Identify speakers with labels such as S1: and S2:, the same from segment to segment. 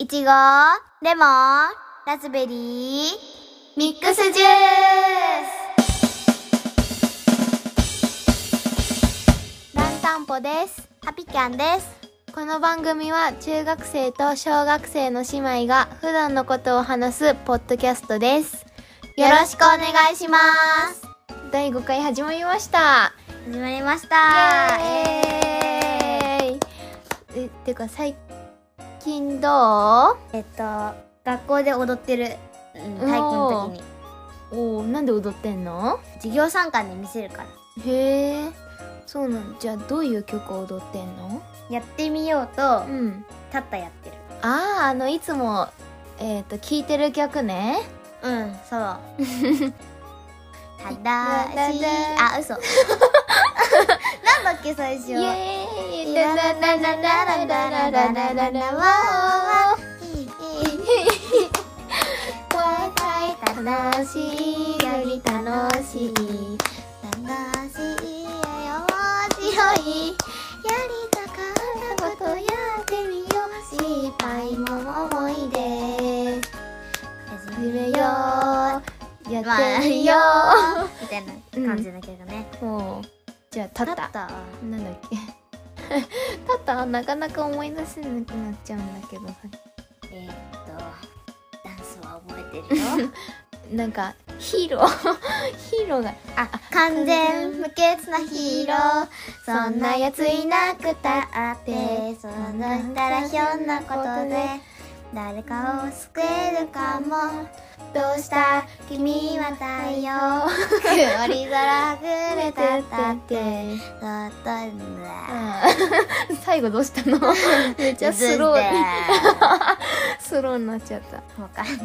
S1: いちご、レモン、ラズベリー、ミックスジュースランタンポです。ハピキャンです。
S2: この番組は中学生と小学生の姉妹が普段のことを話すポッドキャストです。
S1: よろしくお願いします。
S2: 第5回始まりました。
S1: 始まりまし
S2: あー
S1: た。
S2: イエーイえてか最近ど
S1: えっと、学校で踊ってる、うん、体育の時に、
S2: うおーなんで踊ってんの
S1: 授業参観で見せるから。
S2: へえそうなんじゃあどういう曲を踊ってんの
S1: やってみようと、
S2: ん
S1: たったやってる。
S2: あああのいつもえっ、と聴いてる曲ね
S1: うん、 そう。正しい。あ、嘘。なんだっけ、最初。
S2: エ
S1: イラララララララララララわおわ
S2: 楽しいより楽しい
S1: 楽しいよ面白いやりたかったことやってみよう失敗も思い出始
S2: 始め
S1: め
S2: よ
S1: よ
S2: う
S1: う
S2: やってみよ
S1: みたいな感じだけどね、
S2: うもうじゃあ立った
S1: たった
S2: なんだっけ 立ったはなかなか思い出せなくなっちゃうんだけどさ
S1: えーっとダンスは覚えてるよ
S2: なんかヒーロ ーヒーローが
S1: あ完全無欠なヒーローそんなやついなくたってそんなったらひょんなことで誰かを救えるかもどうした君は太陽曇り空くれたったってだったんだ
S2: あー 最後どうしたのめっちゃスロ
S1: ず
S2: ー
S1: ん
S2: に
S1: だ
S2: スローになっちゃった
S1: わかんない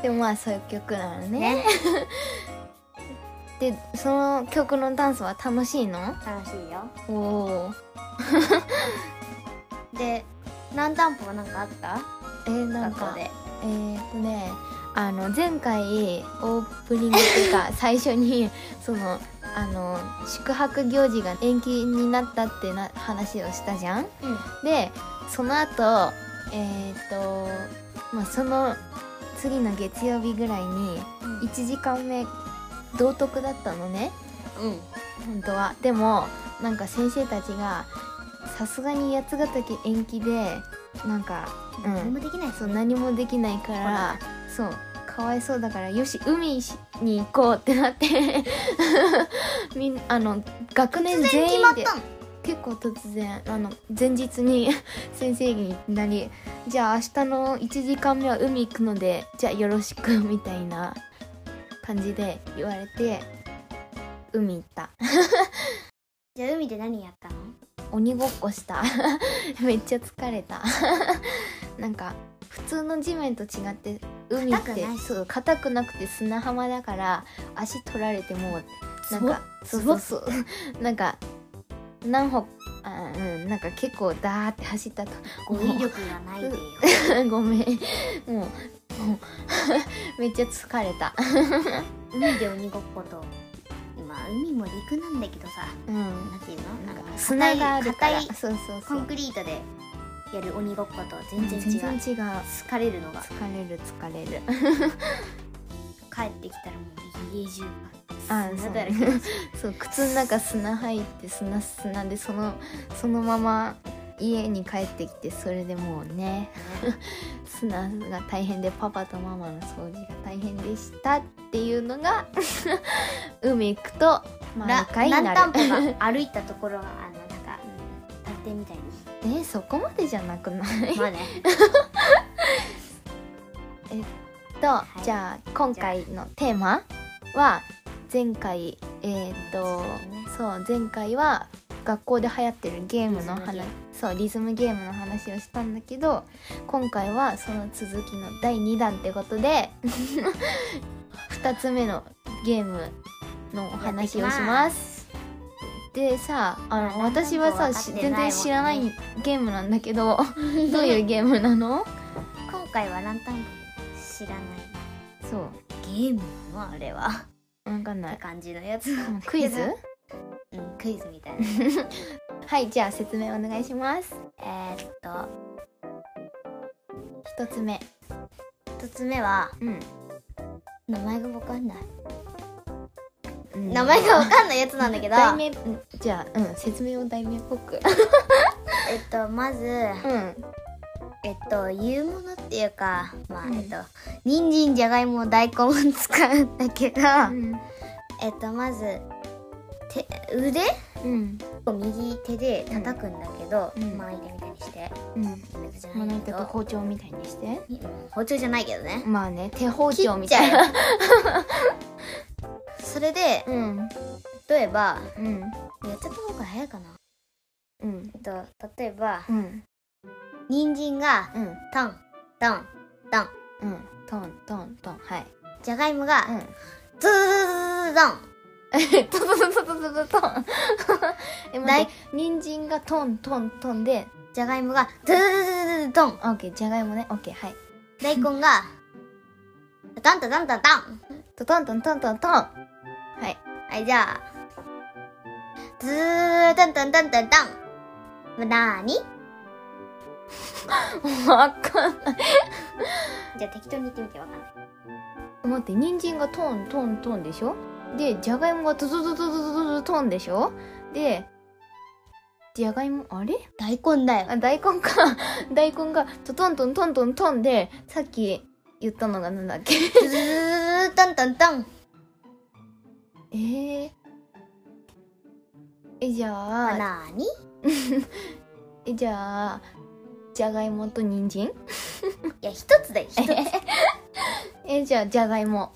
S2: でもまあそういう曲なのね
S1: ね
S2: でその曲のダンスは楽しいの
S1: 楽しいよ
S2: おお
S1: で何担保なんかあった
S2: えー、なん
S1: 学
S2: か
S1: 校で
S2: えー、っとねあの前回オープニングっていうか最初にそのあの宿泊行事が延期になったってな話をしたじゃん
S1: うん
S2: でその後えー、っとまあその次の月曜日ぐらいに
S1: うん
S2: 1時間目道徳だったのね
S1: うん
S2: 本当はでもなんか先生たちがさすがに八ヶ岳延期でなんかうん
S1: 何もできない
S2: そう何もできないからそうかわいそうだからよし海に行こうってなって みんあの学年全員で
S1: の
S2: 結構突然あの前日に 先生にいきなり「じゃあ明日の1時間目は海行くのでじゃあよろしく」みたいな感じで言われて海行った
S1: じゃあ海で何やったの
S2: 鬼ごっこした めっちゃ疲れた なんか普通の地面と違って海っ
S1: 硬く
S2: て
S1: ない
S2: そう硬くなくて砂浜だから足取られてもうなんか
S1: す
S2: そう
S1: ご
S2: そ
S1: っ
S2: うそう なんか何歩あうんなんか結構ダーって走ったと
S1: 語彙力がない でよ
S2: ごめんもう もうめっちゃ疲れた
S1: 海で鬼ごっことまあ海も陸なんだけどさ
S2: うん
S1: なんていうの
S2: な
S1: なんん
S2: か
S1: か
S2: 砂があるから
S1: 硬い
S2: そうそう
S1: コ
S2: そ
S1: ン
S2: う
S1: クリートでやる鬼ごっこと全然違う
S2: 全然違う
S1: 疲れるのが
S2: 疲れる疲れる
S1: 帰ってきたらもう家中
S2: あ
S1: 砂
S2: そう
S1: だらけだし
S2: そう靴の中砂入って砂砂でそのそのまま家に帰ってきてそれでもうね 砂が大変でパパとママの掃除が大変でしたっていうのが 海行くと
S1: ラ
S2: 満開に
S1: ラン
S2: な
S1: タ
S2: る
S1: ンポが歩いたところがあのなんか うん探偵みたいに
S2: えそこまでじゃなくない
S1: まあね
S2: と、
S1: い
S2: じゃあ今回のテーマは前回えっ、とそう前回は学校で流行ってるゲームの
S1: リ
S2: 話
S1: ズムゲーム
S2: そうリズムゲームの話をしたんだけど今回はその続きの第2弾ってことで 2つ目のゲームのお話をします。でさあの
S1: まあ
S2: 私は
S1: なん
S2: さ
S1: か分
S2: し全
S1: かってないもんね
S2: 然知らないゲームなんだけど どういうゲームなの
S1: 今回はランタンポ知らない
S2: そ
S1: ゲームなのあれはっ
S2: うわかんな
S1: て
S2: い
S1: 感じのやつ
S2: うんクイズ
S1: うんクイズみたいな
S2: はいじゃあ説明お願いします
S1: えーっと
S2: 一つ目
S1: 一つ目は
S2: うん、
S1: 名前がわかんない
S2: うん
S1: 名前がわかんないやつなんだけど
S2: 題名うんじゃあ、うん、説明を題名っぽく
S1: えっとまず
S2: うん
S1: えっと言うものっていうかまあ
S2: うん
S1: えっと人参じゃがいも大根を使うんだけど
S2: うん
S1: えっとまず手腕
S2: うん
S1: を右手で叩くんだけど
S2: うん
S1: まな板みたいにして
S2: うん
S1: まな板じゃ
S2: ま
S1: な
S2: ない板
S1: け
S2: か
S1: ど
S2: 包丁みたいにして
S1: うん包丁じゃないけどね
S2: まあね手包
S1: 切
S2: 丁
S1: っ
S2: み
S1: ち
S2: たい
S1: ゃ
S2: な
S1: う それで
S2: うん
S1: 例えば
S2: うん
S1: やっちゃった方が早いかな
S2: うん
S1: えっと例えば
S2: うん
S1: 人参が
S2: うん
S1: トントントン
S2: うんトントントンはい
S1: じゃがいもが
S2: うん
S1: ズズズズズドン
S2: トントントントントントン え待って人参がトントントンで
S1: じゃがいもがズズズズズズドン
S2: あオッケーじゃがいもねオッケーはい
S1: 大根がダンタダンタダン
S2: トトントントントントンはい
S1: はいじゃあズズズズズダンタンタンタンタンなーに
S2: わかんない
S1: じゃあ適当に言ってみてわかんない
S2: 待って人参がトントントンでしょでじゃがいもがトトトトトトトトンでしょでじゃがいもあれ
S1: 大根だよ
S2: あ大根か 大根がトトントントントントンでさっき言ったのがなんだっけ
S1: ズズズズズダンタンタン
S2: えー、えじゃあ
S1: なーに
S2: えじゃあじゃがいもと人参
S1: いや一つだよ一つ
S2: えじゃあじゃがいも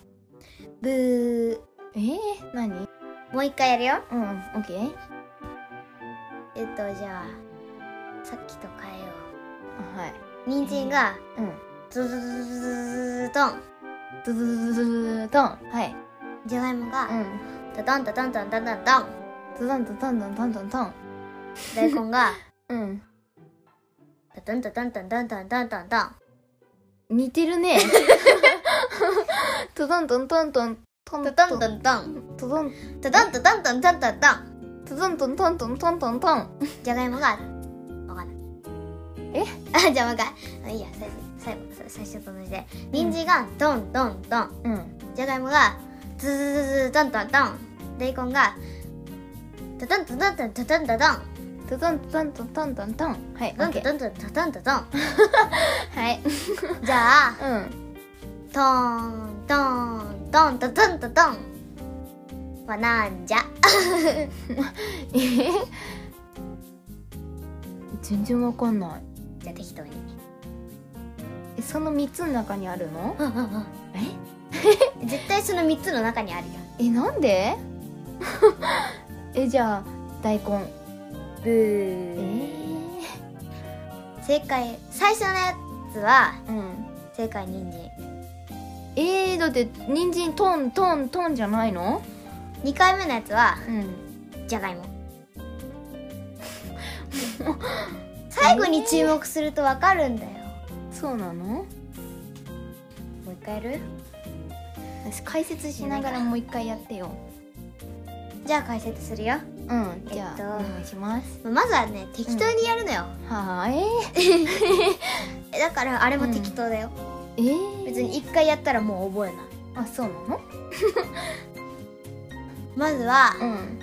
S1: ブー
S2: えー、何
S1: もう一回やるよ
S2: うんオッケー
S1: えっとじゃあさっきと変えよ
S2: あはいう
S1: 人参が
S2: うん
S1: ズズズズズズズドン
S2: ドドドドドドドドンはい
S1: じゃがいも
S2: う
S1: が
S2: ん
S1: ダダンダダンダンダンダンダン
S2: ドドンドドンドンドンドンドン
S1: 大根が
S2: うん
S1: ダダンダダンダンダンダンダンダンダン
S2: 似てるね トドントントントントン
S1: ダダンダンダン
S2: トドン
S1: ダダンダダンダンダンダンダン
S2: トドントントントントントントン
S1: じゃがいもがわかんない
S2: え
S1: あじゃあもう一回あいいや最後最後最初と同じで人参がドンドンドン
S2: うん
S1: じゃがいもがズズズズズドンドンドン大根がダダンダダンダンダダンダダン
S2: トドントントントントントンはいオ
S1: ダ
S2: ッ
S1: ン
S2: ケ
S1: ダ
S2: ー
S1: ダンダンダダンダダン
S2: はい
S1: じゃあ
S2: うん
S1: トーントーントーントトントトンはなんじゃ
S2: え ー全然わかんない
S1: じゃあ適当 に
S2: えその3つの中にあるのえ
S1: 絶対その3つの中にあるよ
S2: えなん でえじゃあ大根
S1: ブ
S2: え
S1: ー
S2: ー
S1: 正解最初のやつは
S2: うん
S1: 正解人参
S2: えー、だって人参トントントンじゃないの
S1: 2回目のやつは
S2: うん
S1: じゃがいも最後に注目するとわかるんだよ
S2: そうなの
S1: もう一回やる
S2: 私解説しながらもう一回やってよ
S1: じゃあ解説するよ
S2: うんじゃあ、
S1: えっと
S2: お願いします
S1: まずはね適当にやるのよ、
S2: はーい
S1: えだからあれも適当だよ、
S2: えー、
S1: 別に1回やったらもう覚えな
S2: あ
S1: い
S2: そうなの
S1: まずは、
S2: うん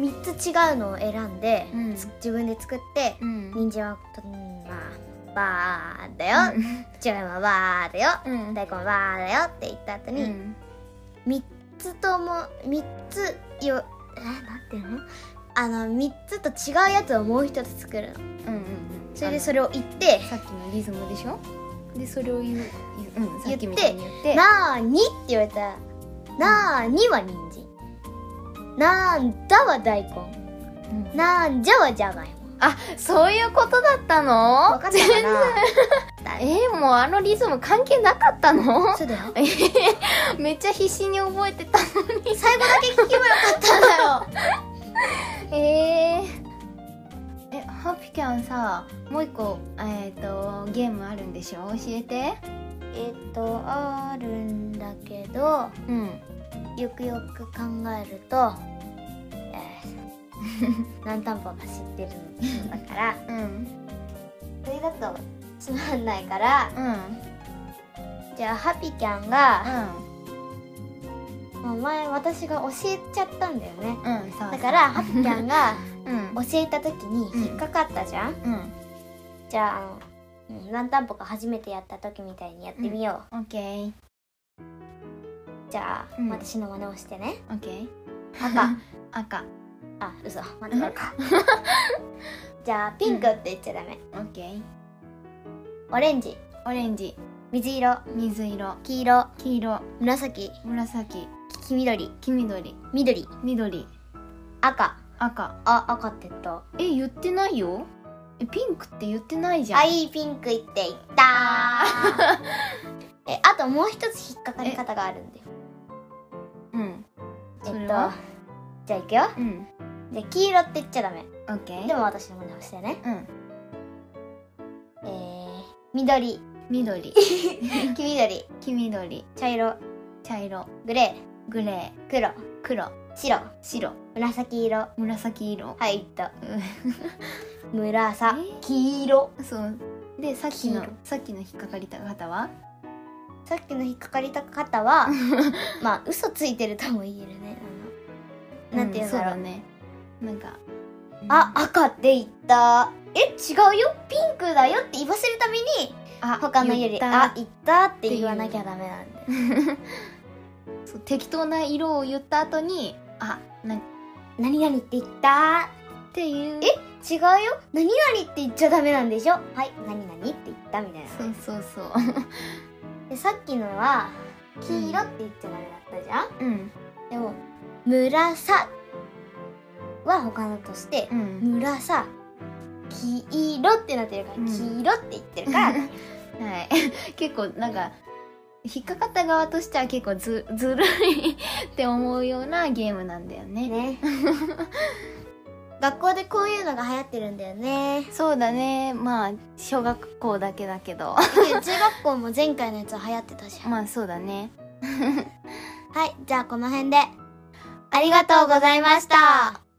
S1: 3つ違うのを選んで、
S2: うん
S1: つ自分で作って
S2: うん
S1: 人参はとうんまあバーだよ、じゃがいもはバーだよ、
S2: うん
S1: 大根はバーだよって言った後
S2: う
S1: に、
S2: ん
S1: 三3つとも3つよえなんていうのあの3つと違うやつをもう一つ作るの
S2: うんうん
S1: それでそ
S2: れ
S1: れを言って
S2: さっきのリズムでしょでそれを言う言ううんさっきみたいに言っ
S1: 「
S2: て
S1: なーに」って言われたら「なーに」は人参なんだ」は大根
S2: うん
S1: 「なんじゃ」はじゃがいも
S2: あそういうことだったの
S1: 分かったかな
S2: えー、もうあのリズム関係なかったの
S1: そうだよ
S2: えーめっちゃ必死に覚えてたのに
S1: 最後だけ聞けばよかったんだよ
S2: えー、えハピキャンさもう一個えっ、とゲームあるんでしょ教えて
S1: えっとあるんだけど
S2: うん
S1: よくよく考えると、 えー、何タンポが知ってるんだから
S2: うん
S1: それだとつまんないから
S2: うんうん
S1: じゃあハピキャンが、もう前私が教えちゃったんだよね
S2: うんそう
S1: だからハピキャンが
S2: うん
S1: 教えた時に引っかかったじゃん、
S2: うん
S1: じゃああのうんランタンポが初めてやった時みたいにやってみよ
S2: オッケー
S1: う、じゃあ、
S2: うん
S1: 私の真似をしてね
S2: オッケー
S1: 赤
S2: 赤
S1: あ嘘真似だか じゃあピンクって言っちゃダメ
S2: オッケー
S1: オレンジ
S2: オレンジ
S1: 水色
S2: 水色
S1: 黄色
S2: 黄色
S1: 紫
S2: 紫
S1: 黄緑
S2: 黄緑
S1: 緑
S2: 緑
S1: 赤
S2: 赤
S1: あ赤って言った
S2: え言ってないよえピンクって言ってないじゃん
S1: あいいピンク言って言ったー えあともう一つ引っかかり方があるんだよ
S2: うん
S1: え
S2: そ
S1: っと
S2: れ
S1: じゃ
S2: は
S1: あいくよ
S2: うん
S1: じゃあ黄色って言っちゃダメ
S2: オッケー
S1: でも私の真似をしてね
S2: うん
S1: えー、緑
S2: 緑
S1: 黄緑
S2: 黄緑
S1: 茶色
S2: 茶色
S1: グレ
S2: グレ
S1: ー黒
S2: ー黒
S1: 白
S2: 白
S1: 紫色
S2: 紫色
S1: はいいった
S2: うん
S1: 紫
S2: えー
S1: 黄色
S2: そうでさっきの
S1: 黄色
S2: さっきの引っかかり方は
S1: さっきの引っかかりた方 はまあ嘘ついてるとも言えるねあのなんて言うんだ
S2: ん
S1: ろう,、
S2: そうだねなんか
S1: あ赤って言ったえ違うよピンクだよって言わせるために
S2: あ
S1: 他のよ
S2: 言っ
S1: り「
S2: た
S1: あ言った」って言わなきゃダメなんだよ
S2: そう適当な色を言った後にあなんっ
S1: 何々って言った
S2: ていう
S1: 違うよ何々って言っちゃダメなんでしょはい何々って言ったみたいな
S2: そうそうそう
S1: でさっきのは黄色って言っちゃダメだったじゃん、
S2: うん
S1: でも「紫」は他のとして
S2: う
S1: 「
S2: ん
S1: 紫」黄色ってなってるから、
S2: うん
S1: 黄色って言ってるから、
S2: はい 結構なんか引っかかった側としては結構ずずるいって思うようなゲームなんだよね
S1: ね学校でこういうのが流行ってるんだよ ね
S2: そうだねまあ小学校だけだけど
S1: 中学校も前回のやつは流行ってたじゃん
S2: まあそうだね
S1: はい、じゃあこの辺で。ありがとうございました。